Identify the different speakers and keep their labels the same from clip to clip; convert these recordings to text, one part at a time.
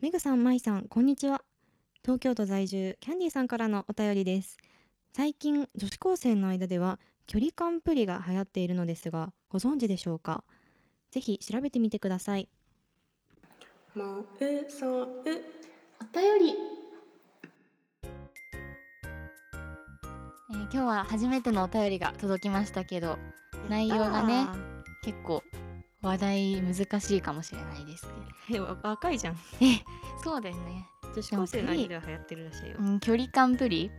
Speaker 1: めぐさん、まいさん、こんにちは。東京都在住、キャンディーさんからのお便りです。最近、女子高生の間では、距離感プリが流行っているのですが、ご存知でしょうかぜひ調べてみてください。
Speaker 2: もうそう
Speaker 3: お便り
Speaker 4: えー今日は初めてのお便りが届きましたけど内容がね結構話題難しいかもしれないですね
Speaker 1: えわ若いじゃん。
Speaker 4: そうですね、
Speaker 1: 女子高生の間では流行ってるらしいよ
Speaker 4: う。ん、距離感プリ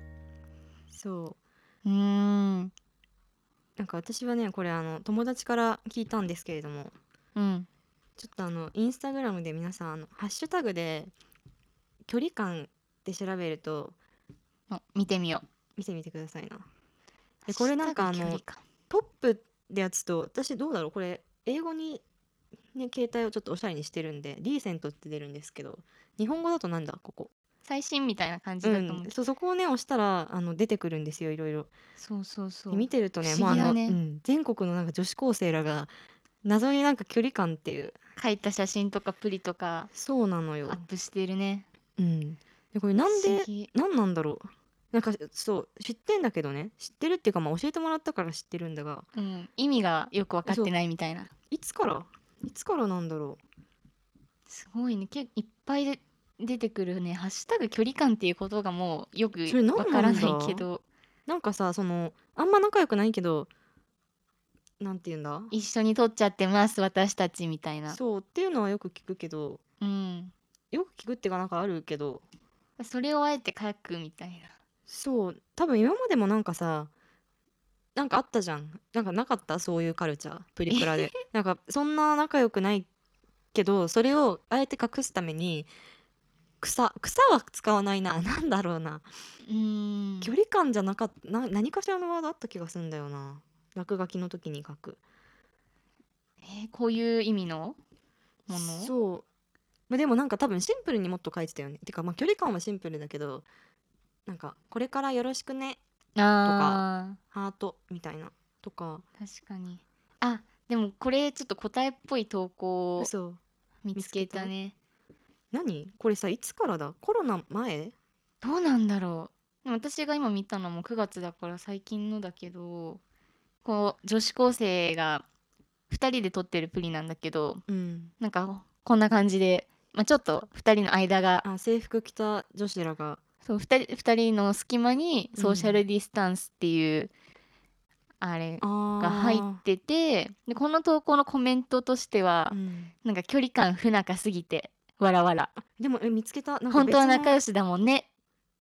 Speaker 1: そう。
Speaker 4: うーん
Speaker 1: なんか私はね、これあの友達から聞いたんですけれども、
Speaker 4: うん
Speaker 1: ちょっとあのインスタグラムで皆さんあのハッシュタグで距離感で調べると
Speaker 4: お見てみよ
Speaker 1: 見てみてくださいな。
Speaker 4: う
Speaker 1: でこれなんかあ
Speaker 4: ハッシュタ
Speaker 1: の
Speaker 4: グ距離感
Speaker 1: トップでやつと私どうだろうこれ英語にね携帯をちょっとおしゃれにしてるんでリーセントって出るんですけど日本語だとなんだここ、
Speaker 4: 最新みたいな感じ
Speaker 1: う
Speaker 4: だと思う、
Speaker 1: ん、そうそこをね押したらあの出てくるんですよいろいろ。
Speaker 4: そうそうそ
Speaker 1: で見てるとね
Speaker 4: 不思議
Speaker 1: もうあの
Speaker 4: だね
Speaker 1: うん、全国のなんか女子高生らが謎になんか距離感っていう
Speaker 4: 書いた写真とかプリとか
Speaker 1: そうなの
Speaker 4: ア
Speaker 1: よ
Speaker 4: ッ。プしてるね
Speaker 1: うん、でこれなん
Speaker 4: 不
Speaker 1: で
Speaker 4: 思議
Speaker 1: 何なんだろうなんかそう知ってんだけどね知ってるっていうかまあ教えてもらったから知ってるんだが
Speaker 4: うん、意味がよく分かってないみたいない
Speaker 1: つからいつからなんだろ
Speaker 4: すごいねけいっぱいで出てくるね「ハッシュタグ距離感」っていうことがもうよく
Speaker 1: それ何
Speaker 4: わからないけど
Speaker 1: うなんかさそのあんま仲良くないけどなんて言うんだ
Speaker 4: 一緒に撮っちゃってます私たちみたいな
Speaker 1: そうっていうのはよく聞くけど
Speaker 4: うん、
Speaker 1: よく聞くっていうかなんかあるけど
Speaker 4: それをあえて書くみたい
Speaker 1: そう多分今までもなんかさなんかあったじゃんなんかなかったそういうカルチャープリク ラでなんかそんな仲良くないけどそれをあえて隠すために草草は使わないな なんだろうな
Speaker 4: なうん
Speaker 1: 距離感じゃなかったな何かしらのワードあった気がするんだよな落書きの時に書く
Speaker 4: えーこういう意味のもの
Speaker 1: そうまあでもなんか多分シンプルにもっと書いてたよねてかまあ距離感はシンプルだけどなんかこれからよろしくね
Speaker 4: あ
Speaker 1: ハートみたいなとか
Speaker 4: ー確かにあでもこれちょっと答えっぽい投稿を
Speaker 1: そう
Speaker 4: 見つけたね
Speaker 1: 何これさいつからだコロナ前
Speaker 4: どうなんだろうでも私が今見たのも9月だから最近のだけどこう女子高生が2人で撮ってるプリなんだけど
Speaker 1: うん
Speaker 4: なんかこんな感じで、まあ、ちょっと2人の間が
Speaker 1: あ制服着た女子らが
Speaker 4: そう 2, 人2人の隙間に
Speaker 1: うん
Speaker 4: ソーシャルディスタンスっていう、あれ
Speaker 1: あー
Speaker 4: が入っててでこの投稿のコメントとしては、
Speaker 1: うん
Speaker 4: なんか距離感不仲すぎてわらわら
Speaker 1: でもえ見つけたなんか
Speaker 4: 本当は
Speaker 1: 別の
Speaker 4: 仲良しだもんねっ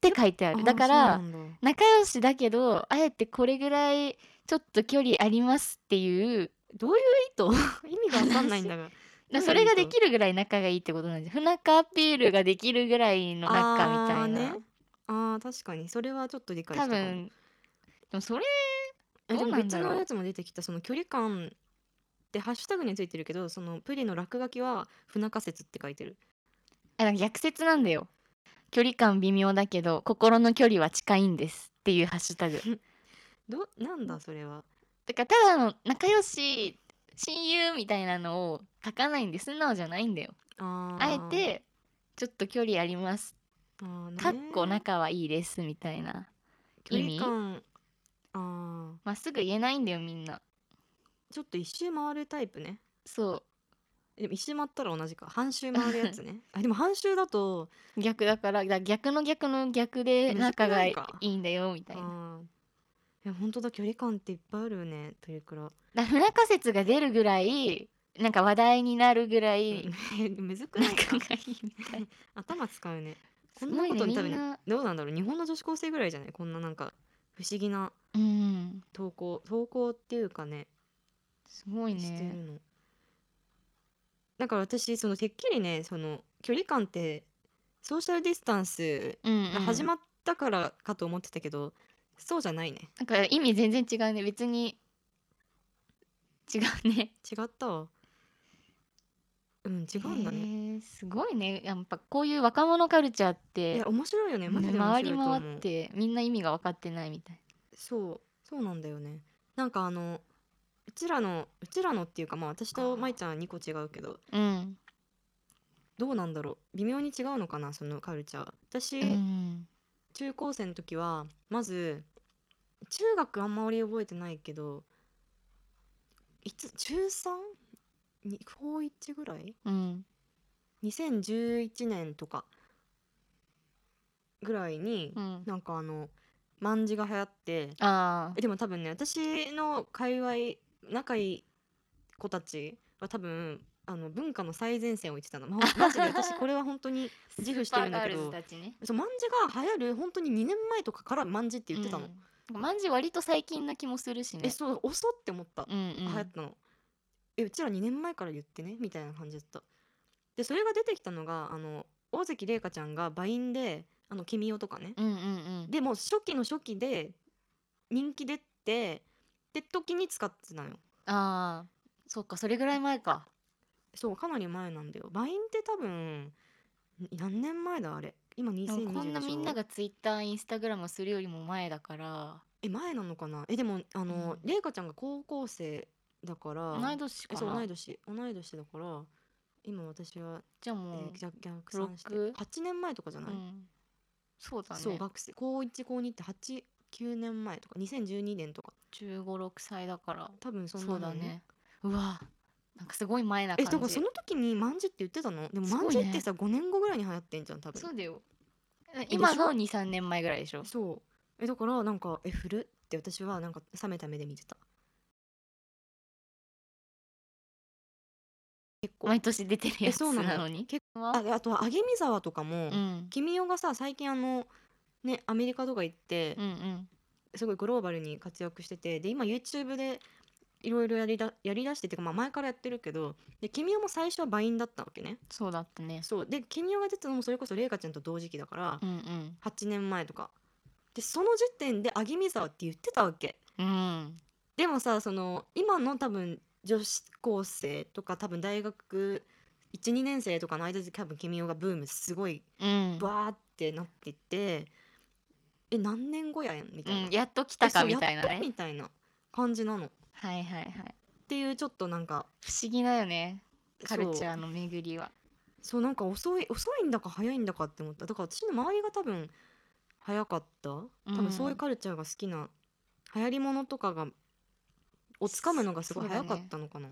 Speaker 4: て書いてあるだか
Speaker 1: あー
Speaker 4: ら
Speaker 1: そうなんだ
Speaker 4: 仲良しだけどあえてこれぐらいちょっと距離ありますっていう
Speaker 1: どういう意図 意味がわかんないんだ が
Speaker 4: だ
Speaker 1: うん
Speaker 4: それができるぐらい仲がいいってことなんじゃん不仲アピールができるぐらいの仲みたいな、
Speaker 1: あー,、ね、あー確かにそれはちょっと理解した
Speaker 4: 多
Speaker 1: かも
Speaker 4: 分でもそれ
Speaker 1: えで
Speaker 4: どう
Speaker 1: も
Speaker 4: なん
Speaker 1: 別
Speaker 4: だろう
Speaker 1: のやつも出てきたその距離感ってハッシュタグについてるけどそのプリの落書きは不仲説って書いてる
Speaker 4: あなんか逆説なんだよ距離感微妙だけど心の距離は近いんですっていうハッシュタグ
Speaker 1: どなんだそれは
Speaker 4: だからただの仲良し親友みたいなのを書かないんで素直じゃないんだよ
Speaker 1: あ
Speaker 4: あえ
Speaker 1: ー
Speaker 4: てちょっと距離あります
Speaker 1: あーね
Speaker 4: かっこ仲はいいですみたいな
Speaker 1: 距
Speaker 4: 意味
Speaker 1: 離感あ
Speaker 4: まっすぐ言えないんだよみんな
Speaker 1: ーちょっと一周回るタイプね
Speaker 4: そ
Speaker 1: でも一周回ったら同じか半周回るやつ ねあでも半周だと
Speaker 4: う逆だからだ逆の逆の逆で
Speaker 1: 難しく
Speaker 4: 仲が
Speaker 1: ない
Speaker 4: い
Speaker 1: か
Speaker 4: いんだよみ
Speaker 1: あ
Speaker 4: たいな
Speaker 1: ーいや本当だ距離感っていっぱいあるよねプリクラ
Speaker 4: だから不仲説が出るぐらいなんか話題になるぐらい
Speaker 1: うん むずくないか
Speaker 4: 仲がいいみたいな
Speaker 1: 頭使うねこ
Speaker 4: す
Speaker 1: んな
Speaker 4: ごい
Speaker 1: こ
Speaker 4: ね
Speaker 1: とに
Speaker 4: み
Speaker 1: 多分
Speaker 4: んな
Speaker 1: どうなんだろう日本の女子高生ぐらいじゃないこんななんか不思議な
Speaker 4: うん
Speaker 1: 投稿投稿っていうかね
Speaker 4: すごい
Speaker 1: して
Speaker 4: ね
Speaker 1: るのだから私そのてっきりねその距離感ってソーシャルディスタンス
Speaker 4: うん、うん、
Speaker 1: が始
Speaker 4: っ
Speaker 1: まったからかと思ってたけど、そうじゃないね
Speaker 4: なんか意味全然違うね別に違うね
Speaker 1: 違ったわうん違うんだね、
Speaker 4: へーすごいねやっぱこういう若者カルチャーっ
Speaker 1: い
Speaker 4: て
Speaker 1: や面白いよねマジで面白
Speaker 4: 回
Speaker 1: い
Speaker 4: り
Speaker 1: と思う
Speaker 4: 回ってみんな意味が分かってないみたい
Speaker 1: そうそうなんだよねなんかあのうちらのうちらのっていうかまあ私と舞ちゃんは2個違うけど
Speaker 4: うん
Speaker 1: どうなんだろう微妙に違うのかなそのカルチャー私、
Speaker 4: うん
Speaker 1: 中高生の時はまず中学あんまり覚えてないけどいつ中 3? に高1ぐらい
Speaker 4: うん
Speaker 1: 2011年とかぐらいに、
Speaker 4: うん
Speaker 1: なんかあの卍が流行って
Speaker 4: ああ
Speaker 1: えでも多分ね私の界隈仲いい子たちは多分あの文化の最前線を言ってたの、ま、マジで私これは本当に自負してるんだけ
Speaker 4: スー
Speaker 1: ど
Speaker 4: パーガールズたちね
Speaker 1: そう卍が流行る本当に2年前とかから卍って言ってたの、
Speaker 4: うん、マンジ割と最近な気もするしね
Speaker 1: えそう遅って思った、
Speaker 4: うんうん、
Speaker 1: 流行ったのえうちら2年前から言ってねみたいな感じだったでそれが出てきたのがあの大関玲香ちゃんがバインで「あの君よ」とかね
Speaker 4: うんうんうん
Speaker 1: でもう初期の初期で人気出てって時に使ってたのよ
Speaker 4: ああそっかそれぐらい前か
Speaker 1: そうかなり前なんだよバインって多分何年前だあれ今
Speaker 4: でも
Speaker 1: 2020
Speaker 4: こんなみんな
Speaker 1: が
Speaker 4: がツイッターインスタグラムをするよりも前だから
Speaker 1: え前なのかなえでもあの
Speaker 4: うん
Speaker 1: 玲香、ちゃんが高校生だから
Speaker 4: 同い年か
Speaker 1: え
Speaker 4: な
Speaker 1: そう同い年同い年だから今私は
Speaker 4: じゃあ
Speaker 1: え
Speaker 4: もう、
Speaker 1: 逆逆算して
Speaker 4: 六
Speaker 1: 8年前とかじゃない、
Speaker 4: うんそうだね
Speaker 1: そう学生高1高2って89年前とか2012年とか
Speaker 4: 1 5六6歳だから
Speaker 1: 多分そんな
Speaker 4: そうだ
Speaker 1: もん
Speaker 4: ねうわなんかすごい前な
Speaker 1: え
Speaker 4: 感
Speaker 1: だ
Speaker 4: じ
Speaker 1: からその時にまんじって言ってたのでも
Speaker 4: す
Speaker 1: まん
Speaker 4: ごい
Speaker 1: じ
Speaker 4: ね
Speaker 1: ってさ、5年後ぐらいに流行ってんじゃん多分
Speaker 4: そうだよ今の23年前ぐらいでしょ
Speaker 1: そうえだからなんかえ古って私はなんか冷めた目で見てた結構
Speaker 4: 毎年出てるや
Speaker 1: え
Speaker 4: つ
Speaker 1: そうなの
Speaker 4: なのに
Speaker 1: 結
Speaker 4: 構
Speaker 1: あであとはあげみ沢とかも、
Speaker 4: うん
Speaker 1: 君よがさ最近あのねアメリカとか行って、
Speaker 4: うんうん
Speaker 1: すごいグローバルに活躍しててで今 YouTube でいろいろやりだやりだしてっていうか、まあ、前からやってるけどで君代も最初はバインだったわけね
Speaker 4: そうだったね
Speaker 1: そうで君代が出てたのもそれこそ玲香ちゃんと同時期だから、
Speaker 4: うんうん
Speaker 1: 8年前とかでその時点で「あぎみ沢」って言ってたわけ
Speaker 4: うん
Speaker 1: でもさその今の多分女子高生とか多分大学12年生とかの間で多分君代がブームすごい
Speaker 4: うん
Speaker 1: バーってなってって、え何年後やんみたいな、
Speaker 4: うんやっと来たか
Speaker 1: えそう
Speaker 4: みたいな
Speaker 1: やっと
Speaker 4: ね
Speaker 1: みたいな感じなのっ
Speaker 4: はいはいはい
Speaker 1: ていうちょっとなんか
Speaker 4: 不思議だよねカルチャー
Speaker 1: そう
Speaker 4: の巡りは
Speaker 1: そうなんか遅い遅いんだか早いんだかって思っただから私の周りが多分早かった多分そういうカルチャーが好きな、流行りものとかがをつかむのがすごい
Speaker 4: そうだ
Speaker 1: 早
Speaker 4: ね
Speaker 1: かったのかな、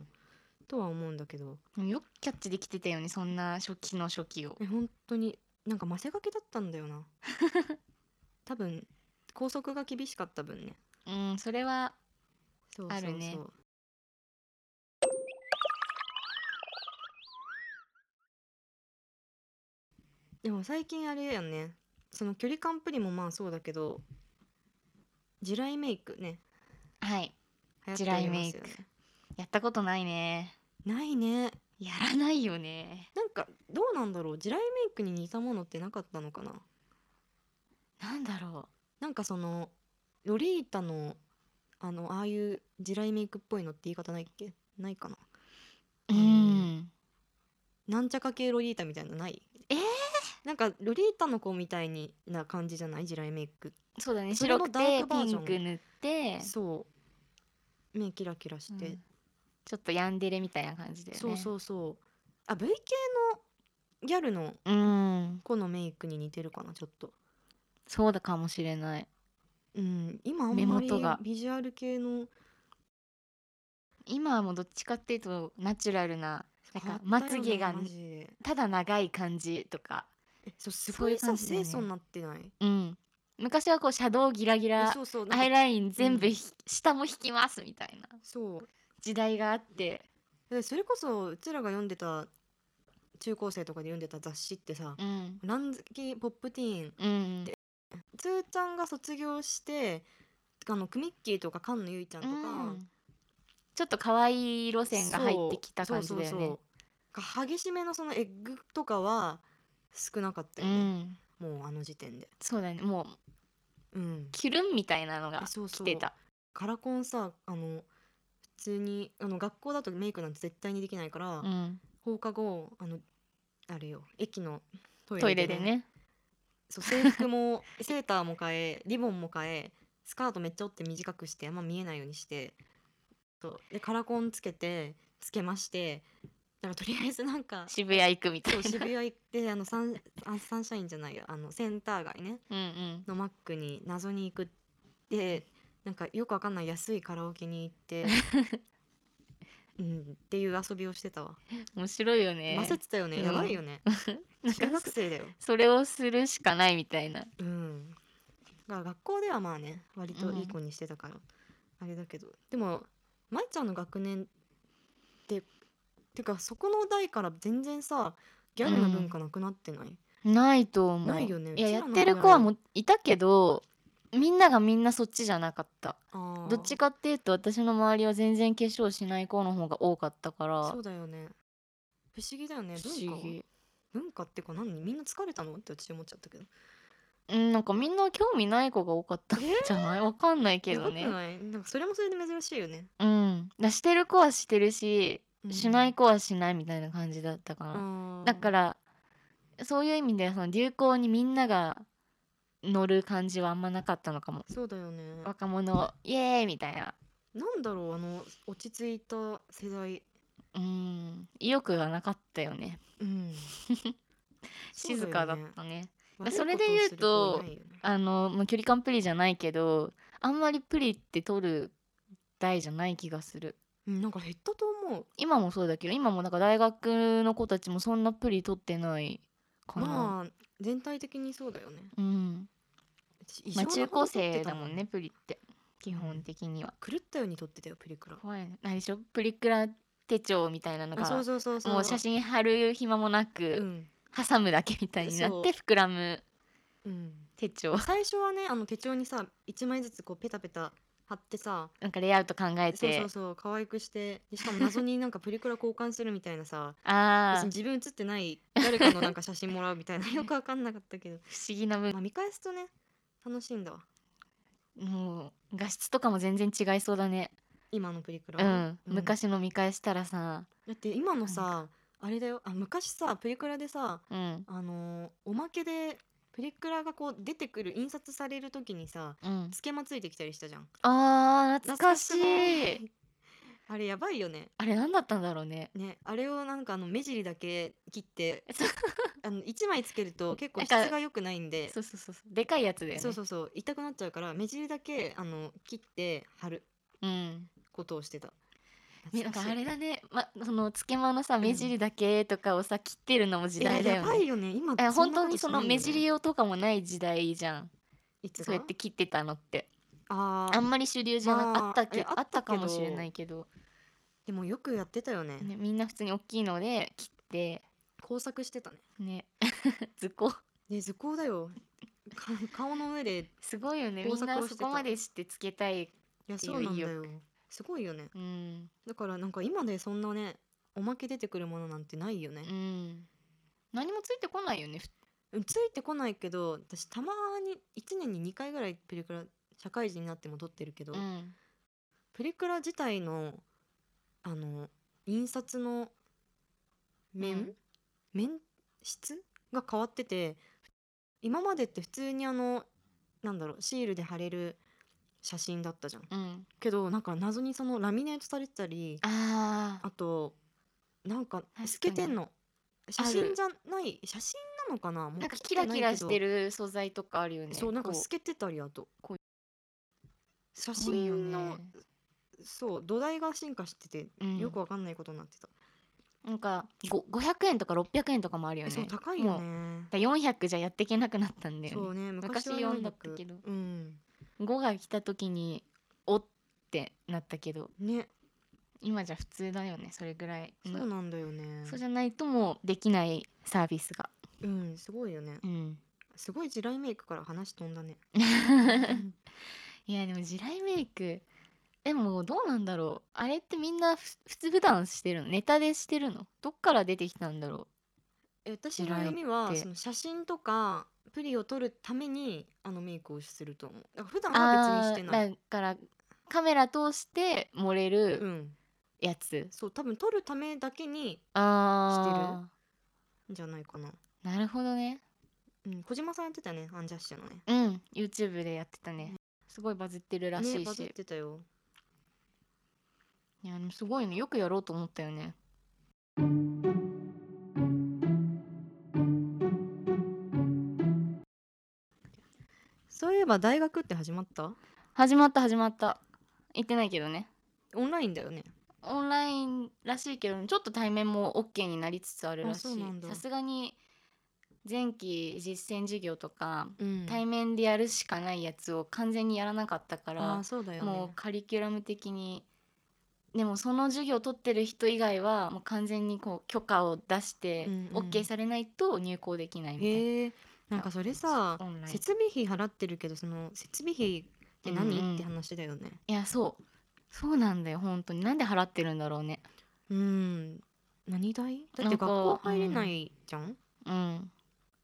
Speaker 1: とは思うんだけど
Speaker 4: でもよくキャッチできてたよねそんな初期の初期を
Speaker 1: え本当になんかませがけだったんだよ な多分校則が厳しかった分ね
Speaker 4: うんそれは
Speaker 1: そうそうそう
Speaker 4: あるね
Speaker 1: でも最近あれやんねその距離感プリもまあそうだけど地雷メイクね
Speaker 4: はい
Speaker 1: 流行っておりますよ
Speaker 4: 地雷メイ
Speaker 1: ね
Speaker 4: やったことないね
Speaker 1: ないね
Speaker 4: やらないよね
Speaker 1: なんかどうなんだろう地雷メイクに似たものってなかったのかな
Speaker 4: なんだろ
Speaker 1: なんかそのロリータのあのああいう地雷メイクっぽいのって言い方ないっけないかな
Speaker 4: うう
Speaker 1: うん
Speaker 4: ん
Speaker 1: なんちゃか系ロリータみたいなのない
Speaker 4: えー
Speaker 1: なんかロリータの子みたいにな感じじゃない地雷メイク
Speaker 4: そうだね
Speaker 1: それ
Speaker 4: 白
Speaker 1: の
Speaker 4: く
Speaker 1: ダー
Speaker 4: て
Speaker 1: クバ
Speaker 4: ピ
Speaker 1: ージョン
Speaker 4: ンク塗って
Speaker 1: そう目キラキラして、
Speaker 4: うんちょっとヤンデレみたいな感じだよね
Speaker 1: そうそうそうあ V 系のギャルの
Speaker 4: うん
Speaker 1: 子のメイクに似てるかなちょっと
Speaker 4: そうだかもしれない
Speaker 1: うん今あん
Speaker 4: 目
Speaker 1: まり
Speaker 4: 元が
Speaker 1: ビジュアル系の
Speaker 4: 今はもうどっちかっていうとナチュラルななん
Speaker 1: 変わったよ
Speaker 4: か
Speaker 1: ね
Speaker 4: まつげが
Speaker 1: マジで
Speaker 4: ただ長い感じとか
Speaker 1: えそうす
Speaker 4: そ
Speaker 1: ご
Speaker 4: うい
Speaker 1: いうさ
Speaker 4: 感じだ
Speaker 1: 清
Speaker 4: よね
Speaker 1: 楚になってない
Speaker 4: うん昔はこうシャドウギラギ
Speaker 1: え
Speaker 4: ラ
Speaker 1: そうそうなんか
Speaker 4: アイライン全部ひ、下も引きますみたいな
Speaker 1: そう
Speaker 4: 時代があって
Speaker 1: でそれこそうちらが読んでた中高生とかで読んでた雑誌ってさ
Speaker 4: うん
Speaker 1: 「ランズキポップティーン」
Speaker 4: うん
Speaker 1: つーちゃんが卒業してあのクミッキーとか菅野ゆいちゃんとか、
Speaker 4: うんちょっと可愛い路線が入ってきた
Speaker 1: そう
Speaker 4: 感じだよ
Speaker 1: そうそう
Speaker 4: ね
Speaker 1: そうが激しめのそのエッグとかは少なかった
Speaker 4: う
Speaker 1: よね、
Speaker 4: ん
Speaker 1: もうあの時点で
Speaker 4: そうだねもう
Speaker 1: うん
Speaker 4: キュルンみたいなのが
Speaker 1: そう
Speaker 4: 来
Speaker 1: そう
Speaker 4: てた
Speaker 1: カラコンさあの普通にあの学校だとメイクなんて絶対にできないから、
Speaker 4: うん
Speaker 1: 放課後あのあれよ駅のトイ
Speaker 4: ト
Speaker 1: レ
Speaker 4: イ
Speaker 1: で
Speaker 4: レ
Speaker 1: ね
Speaker 4: でね
Speaker 1: そう制服も セーターも変えリボンも変えスカートめっちゃ折って短くしてあんま見えないようにしてそうでカラコンつけてつけましてだからとりあえずなんか
Speaker 4: 渋谷行くみたい
Speaker 1: そう
Speaker 4: な。
Speaker 1: 渋谷行ってあのサンあサンシャインじゃないよあのセンター街ね
Speaker 4: うんうん。
Speaker 1: のマックに謎に行くでなんかよくわかんない安いカラオケに行って うんっていう遊びをしてたわ
Speaker 4: 面白いよね。
Speaker 1: 焦ってたよね
Speaker 4: うん
Speaker 1: やばいよね
Speaker 4: なん
Speaker 1: 中
Speaker 4: か
Speaker 1: 学生だよ
Speaker 4: それをするしかないみたいな。
Speaker 1: うんだから学校ではまあね割といい子にしてたから、あれだけどでも舞ちゃんの学年っててかそこの代から全然さギャルの文化なくなってない、
Speaker 4: ないと思う。
Speaker 1: ないよね
Speaker 4: いや、
Speaker 1: うち
Speaker 4: や
Speaker 1: らの
Speaker 4: ってる子はもういたけど、みんながみんなそっちじゃなかった。
Speaker 1: あー
Speaker 4: どっちかっていうと、私の周りは全然化粧しない子の方が多かったから
Speaker 1: そう、だよね不思議だよね
Speaker 4: 不
Speaker 1: 文化
Speaker 4: 思
Speaker 1: は
Speaker 4: 議。文
Speaker 1: 文化ってか何みんな疲れたのって私思っちゃったけど
Speaker 4: うん、なんかみんな興味ない子が多かったんじゃないわかんないけど
Speaker 1: やばく
Speaker 4: ね。
Speaker 1: ないなんかそれもそれで珍しいよね、
Speaker 4: うん。だからしてる子はしてるし、しない
Speaker 1: か
Speaker 4: 子はしないみたいな感じだったから。だからそういう意味でその流行にみんなが乗る感じはあんまなかったのかも
Speaker 1: そうだよね
Speaker 4: 若者イエーイみたいな
Speaker 1: なんだろうあの落ち着いた世代
Speaker 4: うーん意欲がなかったよね
Speaker 1: うん
Speaker 4: 静かだったね
Speaker 1: そうだよね
Speaker 4: それで言うと
Speaker 1: 悪いこをする子いないよね
Speaker 4: あの、まあ、距離感プリじゃないけどあんまりプリって取る代じゃない気がする
Speaker 1: うんなんか減ったと思う
Speaker 4: 今もそうだけど今もなんか大学の子たちもそんなプリ取ってないかな、
Speaker 1: まあ全体的にそうだよね
Speaker 4: うん、
Speaker 1: 私異
Speaker 4: まあ
Speaker 1: 常
Speaker 4: 中
Speaker 1: な
Speaker 4: 高
Speaker 1: ほど撮って
Speaker 4: 生
Speaker 1: た
Speaker 4: だもんねプリって基本的には
Speaker 1: 狂ったように撮ってたよプリクラ
Speaker 4: 怖いね何でしょプリクラ手帳みたいなのが
Speaker 1: あそうそうそうそう
Speaker 4: もう写真貼る暇もな
Speaker 1: う
Speaker 4: く、
Speaker 1: ん
Speaker 4: 挟むだけみたいになって膨らむ
Speaker 1: うん
Speaker 4: 手帳
Speaker 1: 最初はねあの手帳にさ1枚ずつこうペタペタ貼ってさ
Speaker 4: なんかレイアウト考えて
Speaker 1: そうそうそう可愛くしてでしかも謎になんかプリクラ交換するみたいなさ別
Speaker 4: あ
Speaker 1: に
Speaker 4: あ
Speaker 1: 自分写ってない誰かのなんか写真もらうみたいなよく分かんなかったけど、
Speaker 4: 不思議な分
Speaker 1: まあ、見返すとね楽しいんだわ
Speaker 4: もう画質とかも全然違いそうだね
Speaker 1: 今のプリクラ
Speaker 4: う
Speaker 1: は
Speaker 4: ん
Speaker 1: ね、
Speaker 4: 昔の見返したらさ
Speaker 1: だって今のさあれだよあ昔さプリクラでさ
Speaker 4: うん
Speaker 1: あのーおまけでプリクラがこう出てくる印刷される時にさ
Speaker 4: うん
Speaker 1: つけまついてきたりしたじゃん
Speaker 4: あー懐かし
Speaker 1: 懐か
Speaker 4: い
Speaker 1: しいあれやばいよね
Speaker 4: あれ何だったんだろうね
Speaker 1: ね、あれをなんかあの目尻だけ切って
Speaker 4: そう
Speaker 1: あの1枚つけると結構
Speaker 4: なん
Speaker 1: 質
Speaker 4: か
Speaker 1: が良くないんで
Speaker 4: そうそうそうそうでかいやつだよね
Speaker 1: そうそうそう痛くなっちゃうから目尻だけあの切って貼る
Speaker 4: うん
Speaker 1: ことをしてた
Speaker 4: ね、な
Speaker 1: 懐
Speaker 4: んか
Speaker 1: しい
Speaker 4: あれだね、ま、そのつけまのさ
Speaker 1: ん
Speaker 4: 目尻だけとかをさ切ってるのも時代だ
Speaker 1: えや
Speaker 4: よ
Speaker 1: ば
Speaker 4: ね。
Speaker 1: いよね今
Speaker 4: え
Speaker 1: そん
Speaker 4: 本
Speaker 1: な
Speaker 4: 当
Speaker 1: こと
Speaker 4: に
Speaker 1: しな
Speaker 4: そ
Speaker 1: いよ
Speaker 4: の
Speaker 1: ね
Speaker 4: 目尻用とかもない時代じゃん
Speaker 1: いつ
Speaker 4: そうやって切ってたのって
Speaker 1: あ
Speaker 4: あ
Speaker 1: あ
Speaker 4: んまり主流じゃな、
Speaker 1: まあ
Speaker 4: あ、ったけ
Speaker 1: えあったけど
Speaker 4: あったかもしれないけど、
Speaker 1: でもよくやってたよね
Speaker 4: ね、みんな普通に大きいので切って
Speaker 1: 工作してたね
Speaker 4: ね 図工
Speaker 1: ね図工だよか顔の上でい
Speaker 4: すごいよね
Speaker 1: 工
Speaker 4: みん
Speaker 1: 作
Speaker 4: な
Speaker 1: をして
Speaker 4: そ
Speaker 1: た
Speaker 4: こまでしてつけたい、
Speaker 1: や
Speaker 4: っていう
Speaker 1: そうなんだ
Speaker 4: 意
Speaker 1: よすごいよね
Speaker 4: うん
Speaker 1: だからなんか今でそんなねおまけ出てくるものなんてないよね
Speaker 4: うん、何もついてこないよねふ
Speaker 1: うんついてこないけど私たまに1年に2回ぐらいプリクラ社会人になっても撮ってるけど、
Speaker 4: うん
Speaker 1: プリクラ自体のあの印刷の面、
Speaker 4: うん
Speaker 1: 面質が変わってて今までって普通にあのなんだろうシールで貼れる写真だったじゃん
Speaker 4: うん、
Speaker 1: けどなんか謎にそのラミネートされてたり
Speaker 4: あー
Speaker 1: あとなんか
Speaker 4: かに
Speaker 1: 透けてんの写
Speaker 4: あ
Speaker 1: 真
Speaker 4: る
Speaker 1: じゃない写真なのかなもう
Speaker 4: なんかキラキラして
Speaker 1: る
Speaker 4: る素材とかあるよね
Speaker 1: そうなんか
Speaker 4: こ
Speaker 1: 透けてたりあと
Speaker 4: こう
Speaker 1: 写
Speaker 4: すごいよ
Speaker 1: 真の
Speaker 4: ね
Speaker 1: そう土台が進化してて
Speaker 4: うん
Speaker 1: よくわかんないことになってた、
Speaker 4: なんかご500円とか600円とかもあるよ
Speaker 1: え
Speaker 4: ね
Speaker 1: そう高いよ
Speaker 4: もう
Speaker 1: ね
Speaker 4: だから400じゃやっていけなくなったんだよ
Speaker 1: そう
Speaker 4: ね
Speaker 1: ね昔は
Speaker 4: 昔読んだ
Speaker 1: 400
Speaker 4: ったけど
Speaker 1: うん
Speaker 4: 5が来た時におってなったけど
Speaker 1: ね
Speaker 4: 今じゃ普通だよねそれぐらい
Speaker 1: そうなんだよね
Speaker 4: そうじゃないともうできないサービスが
Speaker 1: うんすごいよね
Speaker 4: うん
Speaker 1: すごい地雷メイクから話飛ん だね
Speaker 4: いやでも地雷メイクでもどうなんだろうあれってみんなふ普通普段してるのネタでしてるのどっから出てきたんだろ
Speaker 1: え私の意味
Speaker 4: 地雷っ
Speaker 1: は
Speaker 4: て
Speaker 1: その写真とかプリを撮るためにあのメイクをすると思うだから普段は別にして
Speaker 4: う
Speaker 1: ない
Speaker 4: だからカメラ通して漏れ
Speaker 1: う
Speaker 4: る
Speaker 1: ん
Speaker 4: やつ、
Speaker 1: そう多分撮るためだけに
Speaker 4: あ
Speaker 1: じゃないかな、
Speaker 4: あなるほどね
Speaker 1: うん、小島さんやってたねアンジャッシュのね
Speaker 4: うん YouTube でやってたねすごいバズってるらし
Speaker 1: ね
Speaker 4: い
Speaker 1: バ
Speaker 4: し、
Speaker 1: ズってたよ
Speaker 4: いやでもすごいねよくやろうと思ったよね
Speaker 1: そういえば大学って始まった
Speaker 4: 始まった始まった行ってないけどね
Speaker 1: オンラインだよね
Speaker 4: オンラインらしいけどちょっと対面も OK になりつつあるらし
Speaker 1: あそう
Speaker 4: い
Speaker 1: なんだ
Speaker 4: さすがに前期実践授業とか
Speaker 1: うん
Speaker 4: 対面でやるしかないやつを完全にやらなかったか
Speaker 1: あ
Speaker 4: ら
Speaker 1: ー、そうだよね
Speaker 4: もうカリキュラム的にでもその授業を取ってる人以外はもう完全にこう許可を出して
Speaker 1: うんうん
Speaker 4: OK されないと入校できないみたいな、
Speaker 1: へえなんかそれさ
Speaker 4: オンライン
Speaker 1: 設備費払ってるけどその設備費って何、
Speaker 4: うんうん
Speaker 1: って話だよね
Speaker 4: いやそうそうなんだよ本当になんで払ってるんだろうね
Speaker 1: うん何代だって
Speaker 4: なん
Speaker 1: 学
Speaker 4: か
Speaker 1: 校入れないじゃん
Speaker 4: うん、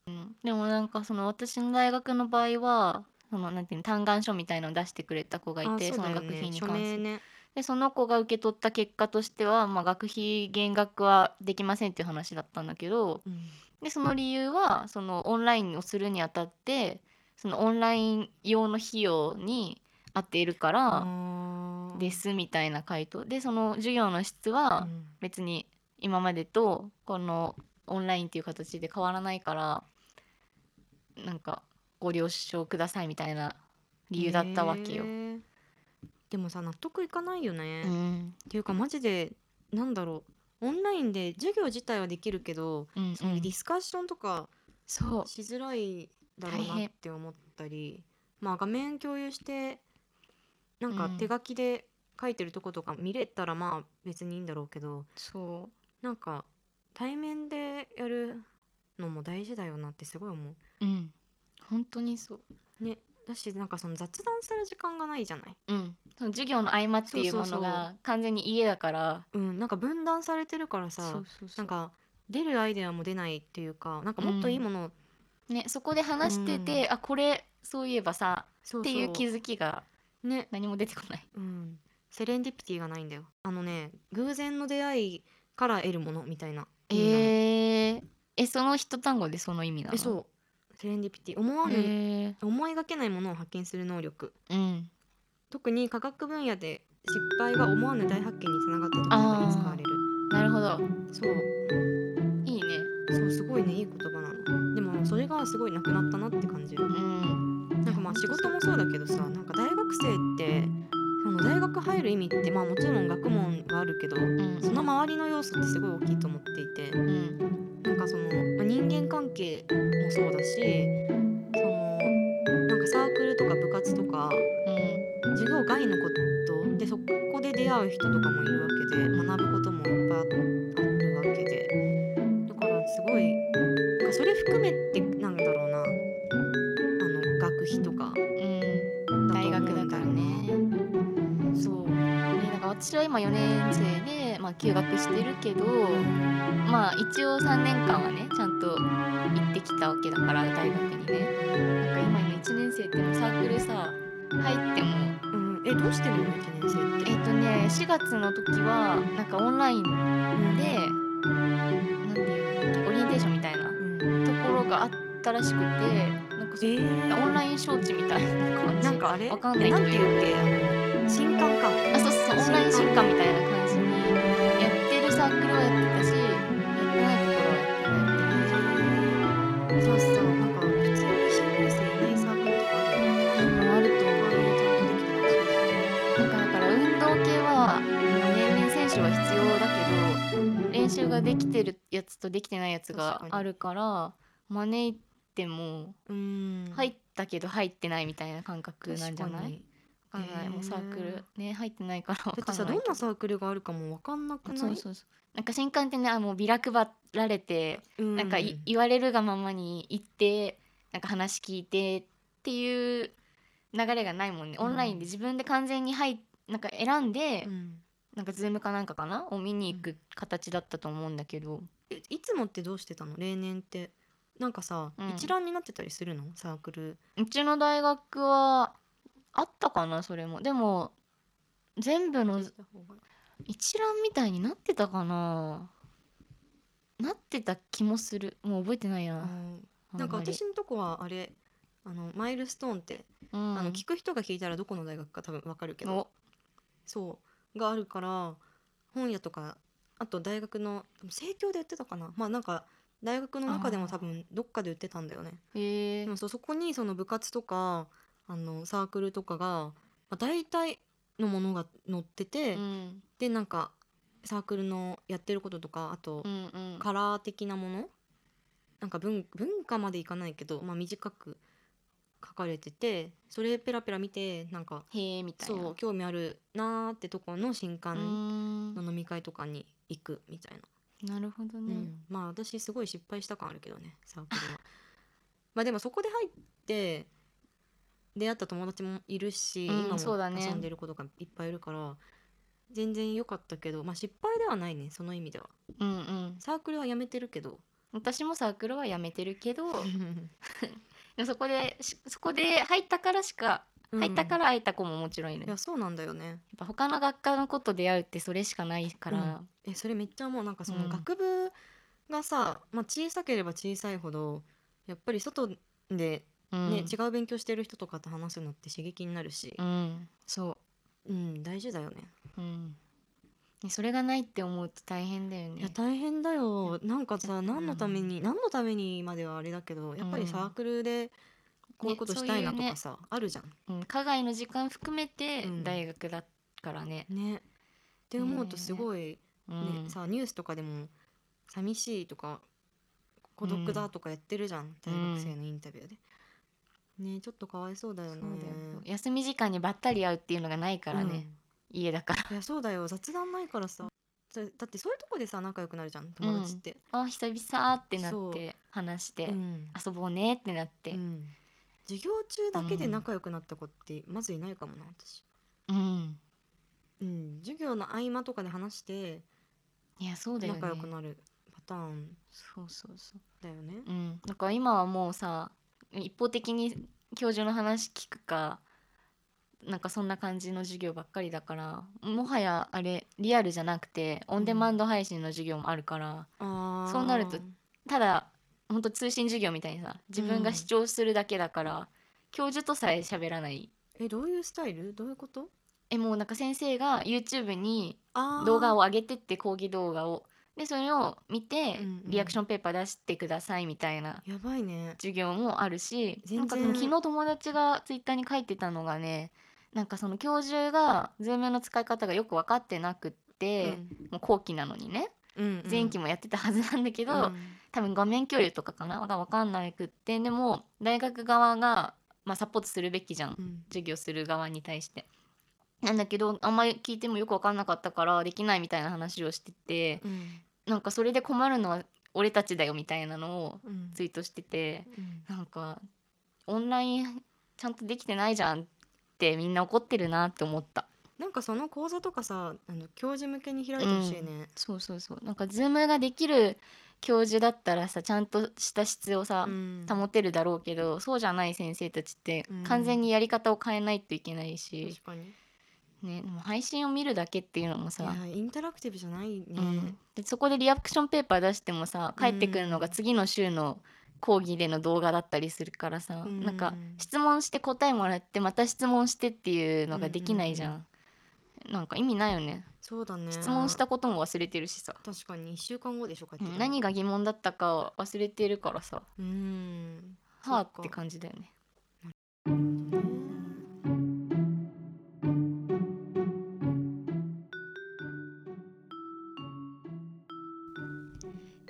Speaker 4: うん、でもなんかその私の大学の場合はそのなんていうの嘆願書みたいのを出してくれた子がい
Speaker 1: あ
Speaker 4: て
Speaker 1: そう
Speaker 4: そ
Speaker 1: だ
Speaker 4: の
Speaker 1: よ
Speaker 4: 学費
Speaker 1: ね
Speaker 4: に
Speaker 1: 署
Speaker 4: 関
Speaker 1: 名
Speaker 4: する
Speaker 1: ね
Speaker 4: でその子が受け取った結果としては、まあ、学費減額はできませんっていう話だったんだけど
Speaker 1: うん
Speaker 4: でその理由はそのオンラインをするにあたってそのオンライン用の費用に当てるから
Speaker 1: あー
Speaker 4: ですみたいな回答でその授業の質
Speaker 1: う
Speaker 4: は、
Speaker 1: ん
Speaker 4: 別に今までとこのオンラインっていう形で変わらないからなんかご了承くださいみたいな理由だったわけよ。
Speaker 1: へーでもさ納得いかないよね、っ
Speaker 4: うん
Speaker 1: ていうかマジでなんだろうオンラインで授業自体はできるけど、
Speaker 4: うんうん
Speaker 1: そういうディスカッションとか
Speaker 4: そう
Speaker 1: しづらいだろう
Speaker 4: 大変
Speaker 1: なって思ったりまあ画面共有してなんか
Speaker 4: うん
Speaker 1: 手書きで書いてるとことか見れたらまあ別にいいんだろうけど
Speaker 4: そう
Speaker 1: なんか対面でやるのも大事だよなってすごい思
Speaker 4: うん本当にそう。
Speaker 1: うねだしなんかその雑談する時間がないじゃない
Speaker 4: うん、その授業の合間っていう
Speaker 1: そう
Speaker 4: も
Speaker 1: そうそう
Speaker 4: のが完全に家だから
Speaker 1: うんなんか分断されてるから
Speaker 4: そ
Speaker 1: さ
Speaker 4: うそうそう
Speaker 1: なんか出るアイデアも出ないっていうかなんかもっといいものを
Speaker 4: ね、そこで話してて、あこれそういえばさ
Speaker 1: そうそう
Speaker 4: っていう気づきが
Speaker 1: ね
Speaker 4: 何も出てこない。
Speaker 1: うん、セレンディピティがないんだよあのね偶然の出会いから得るものみたいな意味なの
Speaker 4: えー、えその一単語でその意味なの
Speaker 1: えそうセレンディピティ思わぬ、
Speaker 4: へ
Speaker 1: 思いがけないものを発見する能力
Speaker 4: ーうん
Speaker 1: 特に科学分野で失敗が思わぬ大発見につながった時などに使われる
Speaker 4: なるほど
Speaker 1: そう
Speaker 4: いいね
Speaker 1: そうすごいねいい言葉なのでもそれがすごいなくなったなって感じる
Speaker 4: うん
Speaker 1: なんかまあ仕事もそうだけどさなんか大学生ってその大学入る意味ってまあもちろん学問はあるけど
Speaker 4: うん
Speaker 1: その周りの要素ってすごい大きいと思っていて
Speaker 4: うん
Speaker 1: なんかそのまあ人間関係もそうだしそのなんかサークルとか部活とか
Speaker 4: うん
Speaker 1: 授業外のことでそこで出会う人とかもいるわけで学ぶこともいっぱいあるわけでだからすごいなんかそれ含めてなんだろうなあの学費とか
Speaker 4: うん
Speaker 1: だと
Speaker 4: 大
Speaker 1: 思うん
Speaker 4: 学
Speaker 1: よ
Speaker 4: だ
Speaker 1: な
Speaker 4: からね
Speaker 1: そう
Speaker 4: でなんか私は今4年生で、まあ、休学してるけどまあ一応3年間はねちゃんと行ってきたわけだから大学にねなんか今の1年生ってもうサークルさ入っても
Speaker 1: うん、えどうしてるの1年生って
Speaker 4: えっとね4月の時はなんかオンラインでなんていうのオリエンテーションみたいな
Speaker 1: うん
Speaker 4: ところがあったらしくてなんかそ
Speaker 1: えー
Speaker 4: オンライン招致みたいな感じ
Speaker 1: なんかあれ
Speaker 4: わかんない
Speaker 1: え
Speaker 4: けど
Speaker 1: んていうっけあの新刊か
Speaker 4: あそうそうオンライン進化みたいな感じにやってるサークルはやってたしやってないところはやってない
Speaker 1: じゃあさなんか普通に新入生いないサークルとかあるの
Speaker 4: あると
Speaker 1: あ
Speaker 4: 思
Speaker 1: あいうちゃんとできてる
Speaker 4: うなんかだから運動系は年々選手は必要だけど練習ができてるやつとできてないやつが
Speaker 1: 確かに
Speaker 4: あるから招いても
Speaker 1: うん
Speaker 4: 入ったけど入ってないみたいな感覚なんじゃ
Speaker 1: 確
Speaker 4: な
Speaker 1: か
Speaker 4: い
Speaker 1: に
Speaker 4: わかんないもうサークルね入ってないからわ
Speaker 1: だっ
Speaker 4: か
Speaker 1: て
Speaker 4: ん
Speaker 1: さ
Speaker 4: ない
Speaker 1: ど
Speaker 4: け
Speaker 1: んなサークルがあるかもわかんなくない
Speaker 4: そうそうそうなんか新幹線であもうビラ配られて
Speaker 1: うん
Speaker 4: なんかい言われるがままに行ってなんか話聞いてっていう流れがないもんね
Speaker 1: うん
Speaker 4: オンラインで自分で完全に入なんか選んで、
Speaker 1: うん
Speaker 4: なんかズームかなんかかなを見に行く形だったと思うんだけど
Speaker 1: えいつもってどうしてたの例年ってなんかさ、
Speaker 4: うん
Speaker 1: 一覧になってたりするのサークル
Speaker 4: うちの大学はあったかなそれもでも全部の一覧みたいになってたかななってた気もするもう覚えてないな
Speaker 1: あ
Speaker 4: あんまり
Speaker 1: なんか私のとこはあれあのマイルストーンって、
Speaker 4: うん
Speaker 1: あの聞く人が聞いたらどこの大学か多分わかるけど
Speaker 4: お
Speaker 1: そうがあるから本屋とかあと大学の生協で売ってたかなまあなんか大学の中でも多分どっかで売ってたんだよね
Speaker 4: へえ
Speaker 1: でもそうそこにその部活とかあのサークルとかが、まあ、大体のものが載ってて、
Speaker 4: うん
Speaker 1: でなんかサークルのやってることとかあと
Speaker 4: うんうん
Speaker 1: カラー的なものなんか文文化までいかないけど、まあ、短く書かれててそれペラペラ見てなんか
Speaker 4: へえみたいな
Speaker 1: そう興味あるなーってとこの新
Speaker 4: うー
Speaker 1: 刊
Speaker 4: ん
Speaker 1: の飲み会とかに行くみたいな、
Speaker 4: なるほど
Speaker 1: う
Speaker 4: ね、
Speaker 1: んまあ私すごい失敗した感あるけどねサークルは まあでもそこで入って出会った友達もいるし、
Speaker 4: うん
Speaker 1: 今
Speaker 4: そうだ
Speaker 1: も
Speaker 4: ね
Speaker 1: 遊んでる子とかいっぱいいるから全然良かったけど、まあ、失敗ではないねその意味では
Speaker 4: うんうん
Speaker 1: サークルはやめてるけ ど、
Speaker 4: 私もサークルはやめてるけどでもそこでしそこで入ったからしか入ったからら会えた子ももちろんいる、
Speaker 1: い
Speaker 4: や
Speaker 1: や
Speaker 4: っ
Speaker 1: そうなんだよね
Speaker 4: ぱ他の学科の子と出会うってそれしかないから、
Speaker 1: えそれめっちゃもうなんかそうの
Speaker 4: ん
Speaker 1: 学部がさ、まあ、小さければ小さいほどやっぱり外で、ね
Speaker 4: うん
Speaker 1: 違う勉強してる人とかと話すのって刺激になるし、
Speaker 4: うん
Speaker 1: そううん大事だよね、
Speaker 4: うんねそれがないって思うと大変だよ
Speaker 1: いや
Speaker 4: ね
Speaker 1: 大変だよなんか
Speaker 4: う
Speaker 1: さ
Speaker 4: ん
Speaker 1: 何のために、何のためにまではあれだけどやっぱりサークルでこういうこと
Speaker 4: ね
Speaker 1: したいな
Speaker 4: そう
Speaker 1: と
Speaker 4: いうね
Speaker 1: かさ、あるじゃん
Speaker 4: うん、課外の時間含めて
Speaker 1: うん
Speaker 4: 大学だからね、
Speaker 1: ねって思うとすごい、
Speaker 4: うん
Speaker 1: ねさニュースとかでも寂しいとか孤独だとかやってるじゃん、大学生のインタビューで。ねちょっとかわいそうだよ
Speaker 4: そう
Speaker 1: ね。
Speaker 4: だよ休み時間にばったり会うっていうのがないからね、家だから
Speaker 1: うんいやそうだよ雑談ないからさだだってそういうとこでさ仲良くなるじゃん友達って。
Speaker 4: あ久々ってな
Speaker 1: そ
Speaker 4: っ
Speaker 1: う
Speaker 4: て話して、
Speaker 1: うん
Speaker 4: 遊ぼうねってなって
Speaker 1: う、ん授業中だけで仲良くなった子ってまずいないかもな私。
Speaker 4: うん、
Speaker 1: うん、授業の合間とかで話して
Speaker 4: いやそうだよね
Speaker 1: 仲良くなるパターン
Speaker 4: そうそうそう
Speaker 1: だよね。
Speaker 4: うん、だから今はもうさ一方的に教授の話聞くかなんかそんな感じの授業ばっかりだからもはやあれリアルじゃなくてオンデマンド配信の授業もあるから、
Speaker 1: あー
Speaker 4: そうなるとただほんと通信授業みたいにさ自分が視聴するだけだから、教授とさえ喋らない
Speaker 1: えどういうスタイルどういうこと
Speaker 4: えもうなんか先生が YouTube に
Speaker 1: あー
Speaker 4: 動画を上げてって講義動画をでそれを見て、
Speaker 1: うんうん
Speaker 4: リアクションペーパー出してくださいみたいな
Speaker 1: やばいね。
Speaker 4: 授業もあるし
Speaker 1: 全然
Speaker 4: なんかでも昨日友達がツイッターに書いてたのがねなんかその教授が Zoom の使い方がよく分かってなくって、もう後期なのにね
Speaker 1: うん
Speaker 4: 前期もやってたはずなんだけど、多分画面共有とかかなが分かんなくってでも大学側が、まあ、サポートするべきじゃん
Speaker 1: うん
Speaker 4: 授業する側に対して。なんだけどあんまり聞いてもよく分かんなかったからできないみたいな話をしてて
Speaker 1: うん
Speaker 4: なんかそれで困るのは俺たちだよみたいなのを
Speaker 1: うん
Speaker 4: ツイートしてて
Speaker 1: うん
Speaker 4: なんかオンラインちゃんとできてないじゃんってみんな怒ってるなって思った
Speaker 1: なんかその講座とかさあの教授向けに開いてほしいね。
Speaker 4: そうそうそうなんかズームができる教授だったらさちゃんとした質をさ、
Speaker 1: うん
Speaker 4: 保てるだろうけどそうじゃない先生たちって
Speaker 1: うん
Speaker 4: 完全にやり方を変えないといけないし
Speaker 1: 確、かに。い
Speaker 4: ね、でも配信を見るだけっていうのもさ、
Speaker 1: やインタラクティブじゃないね。
Speaker 4: うんでそこでリアクションペーパー出してもさ返ってくるのが次の週の講義での動画だったりするからさ、
Speaker 1: うん
Speaker 4: なんか質問して答えもらってまた質問してっていうのができないじゃん、なんか意味ないよね
Speaker 1: そうだね。
Speaker 4: 質問したことも忘れてるしさ、
Speaker 1: 確かに一週間後でしょか。帰ってくるの
Speaker 4: 何が疑問だったかを忘れてるからさ
Speaker 1: うん。
Speaker 4: はあっ
Speaker 1: そうか
Speaker 4: て感じだよね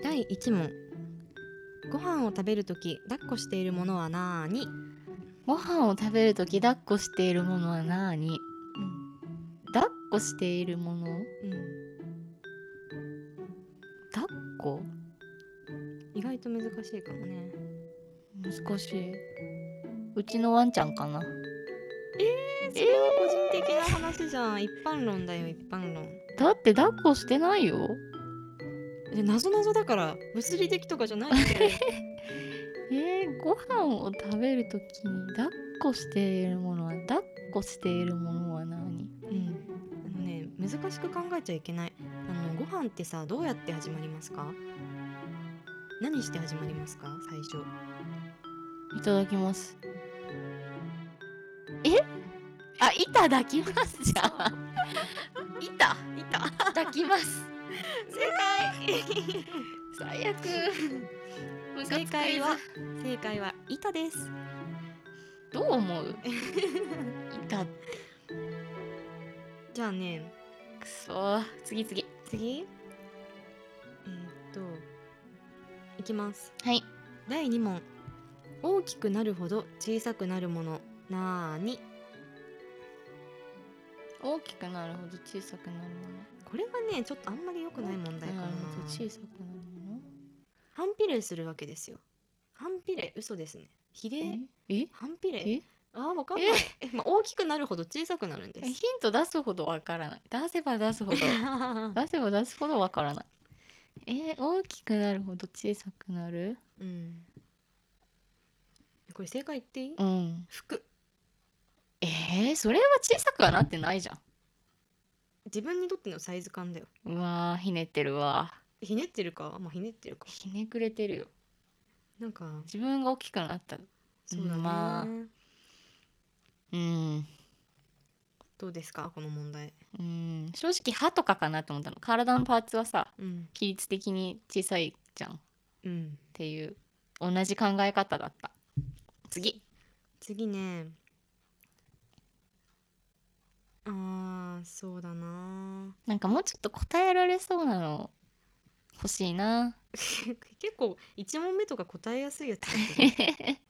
Speaker 1: 第一問。ご飯を食べるとき抱っこしているものはなーに。
Speaker 4: ご飯を食べるとき抱っこしているものは何
Speaker 1: うん。
Speaker 4: 抱っこしているもの
Speaker 1: う
Speaker 4: 抱っこ
Speaker 1: ん。意外と難しいかもね。
Speaker 4: 難しいうちのワンちゃんかな
Speaker 1: えそれは個人的な話じゃん。一般論だよ一般論。
Speaker 4: だって抱っこしてないよ
Speaker 1: で謎謎だから物理的とかじゃないんだ よ。
Speaker 4: えー、ご飯を食べるときに抱っこしているものは抱っこしているものは何
Speaker 1: うん、あのね難しく考えちゃいけないあのご飯ってさどうやって始まりますか何して始まりますか最初
Speaker 4: いただきますえあいただきますじゃんいたいただきます最悪ムカつく
Speaker 1: 正解は正解は板です
Speaker 4: どう思う いた
Speaker 1: じゃあね
Speaker 4: くそ次次
Speaker 1: 次えーっといきます
Speaker 4: はい
Speaker 1: 第2問大きくなるほど小さくなるものなーに
Speaker 4: 大きくなるほど小さくなるもの
Speaker 1: これはねちょっとあんまり良くない問題かな
Speaker 4: るほど小さくなるもの
Speaker 1: 反比例するわけですよ反比例嘘ですね比例
Speaker 4: ええ
Speaker 1: 反比例
Speaker 4: え
Speaker 1: あーわかんないえ、まあ、大きくなるほど小さくなるんで
Speaker 4: ヒ
Speaker 1: す
Speaker 4: ント出すほどわからない出せば出すほ ど出せば出すほどわからないえー大きくなるほど小さくなる
Speaker 1: うんこれ正解言っていい、
Speaker 4: うん
Speaker 1: 服
Speaker 4: えー、それは小さくはなってないじゃ
Speaker 1: 自分にとってのサイズ感だよ
Speaker 4: んうわーひねってるわ
Speaker 1: ひねってるかまあひねってるか
Speaker 4: ひねくれてるよ
Speaker 1: なんか
Speaker 4: 自分が大きくなった
Speaker 1: そうだね、
Speaker 4: まあうん
Speaker 1: どうですかこの問題
Speaker 4: うん正直歯とかかなと思ったの体のパーツはさ
Speaker 1: うん
Speaker 4: 比率的に小さいじゃんっ
Speaker 1: うん
Speaker 4: ていう同じ考え方だった次
Speaker 1: 次ねあーそうだな
Speaker 4: なんかもうちょっと答えられそうなの欲しいな
Speaker 1: 結構1問目とか答えやすいやつだったね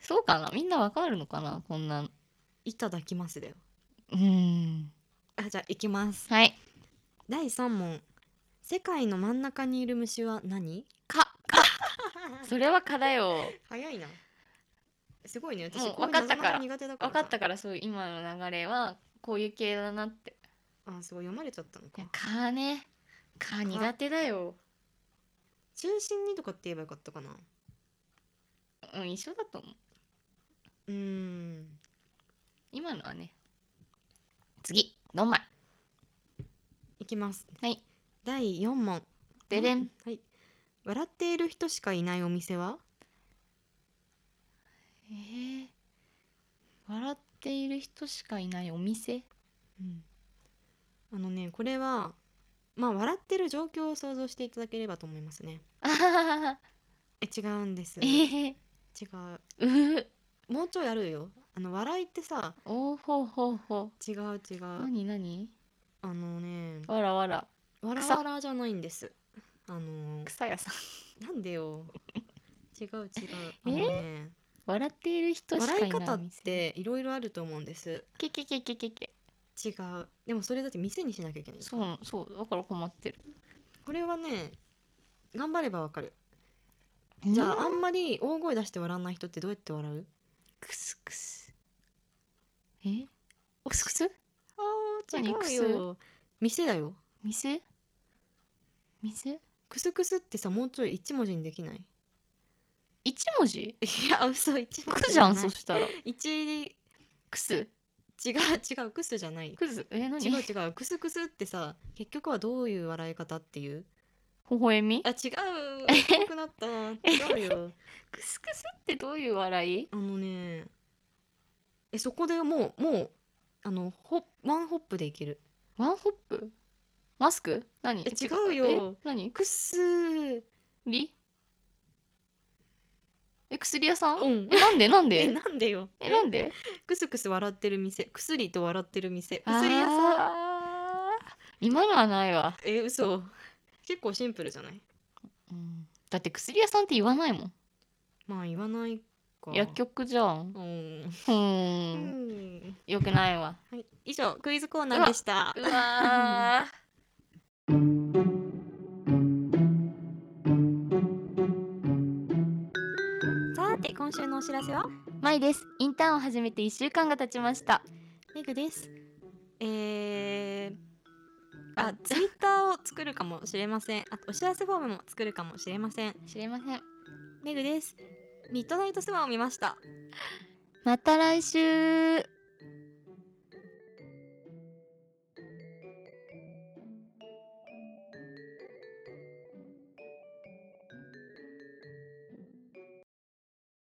Speaker 4: そうかなみんなわかるのかなこんなん
Speaker 1: いただきますだよ
Speaker 4: うん
Speaker 1: あじゃあいきます
Speaker 4: はい
Speaker 1: 第3問世界の真ん中にいる虫は 何
Speaker 4: かかそれはかだよ
Speaker 1: 早いなすごいね私
Speaker 4: もう
Speaker 1: こい
Speaker 4: 分かっ
Speaker 1: 謎
Speaker 4: た
Speaker 1: 々
Speaker 4: から
Speaker 1: 苦手だから
Speaker 4: 分かったからそういう今の流れはこういう系だなって
Speaker 1: あーすごい読まれちゃったの
Speaker 4: いや
Speaker 1: か
Speaker 4: 蚊ね蚊苦手だよ
Speaker 1: 中心にとかって言えばよかったかな
Speaker 4: うん一緒だと思う
Speaker 1: うーん
Speaker 4: 今のはね次どんまい
Speaker 1: いきます。
Speaker 4: はい。
Speaker 1: 第四問。
Speaker 4: ででん。
Speaker 1: はい。笑っている人しかいないお店は？
Speaker 4: えー、笑っている人しかいないお店
Speaker 1: うん。あのね、これはまあ笑ってる状況を想像していただければと思いますね。
Speaker 4: あははは
Speaker 1: え違うんです。
Speaker 4: え
Speaker 1: 違
Speaker 4: ー、
Speaker 1: う。
Speaker 4: うふ
Speaker 1: もうちょいあるよ。あの笑いってさ、
Speaker 4: おーほうほうほ
Speaker 1: 違う違
Speaker 4: う
Speaker 1: う。
Speaker 4: 何何
Speaker 1: あのね、
Speaker 4: わらわら
Speaker 1: わらわらじゃないんです。あの
Speaker 4: 草屋さん
Speaker 1: なんでよ。違う違う。あのね、
Speaker 4: 笑っている人しか
Speaker 1: 笑
Speaker 4: いない
Speaker 1: い
Speaker 4: お
Speaker 1: 方っ
Speaker 4: 店
Speaker 1: ていろいろあると思うんです。
Speaker 4: けけけけけけ
Speaker 1: 違う。でもそれだって店にしなきゃいけない。
Speaker 4: そうなのそうだから困ってる
Speaker 1: これはね頑張ればわかるじゃああんまり大声出して笑わない人ってどうやって笑う
Speaker 4: くすくすえくすくす
Speaker 1: あ
Speaker 4: ー違うよ
Speaker 1: 店だよ
Speaker 4: 店店
Speaker 1: クスクスってさもうちょい一文字にできない
Speaker 4: 一文字
Speaker 1: いや嘘一文
Speaker 4: く
Speaker 1: 字
Speaker 4: じゃん
Speaker 1: ない
Speaker 4: そしたら
Speaker 1: 一違
Speaker 4: くす
Speaker 1: う違うクスじゃない
Speaker 4: くずえ何
Speaker 1: 違う違うクスクスってさ結局はどういう笑い方っていう
Speaker 4: 微笑み
Speaker 1: あ違う遅くなった違うよ
Speaker 4: クスクスってどういう笑い
Speaker 1: あのねえそこでもうもうあのほワンホップでいける
Speaker 4: ワンホップマスク何
Speaker 1: え違うよ
Speaker 4: え何
Speaker 1: クス
Speaker 4: 薬え薬屋さん、
Speaker 1: うん
Speaker 4: えなんでなん
Speaker 1: え
Speaker 4: で
Speaker 1: なんでよ
Speaker 4: えなんで
Speaker 1: クスクス笑ってる店薬と笑ってる店薬屋さん
Speaker 4: ん今のはないわ、
Speaker 1: え嘘結構シンプルじゃない
Speaker 4: うん、だって薬屋さんって言わないもん
Speaker 1: まあ言わないか
Speaker 4: 薬局じゃん
Speaker 1: うん、
Speaker 4: う
Speaker 1: うんん
Speaker 4: よくないわ
Speaker 1: はい、以上クイズコーナーでした
Speaker 4: うわ ー
Speaker 1: さて今週のお知らせは
Speaker 4: まいですインターンを始めて1週間が経ちました
Speaker 1: メグですえーあ、ツイッターを作るかもしれません。あと、お知らせフォームも作るかもしれません。
Speaker 4: 知りません
Speaker 1: メグです。ミッドナイトスワンを見ました。
Speaker 4: また来週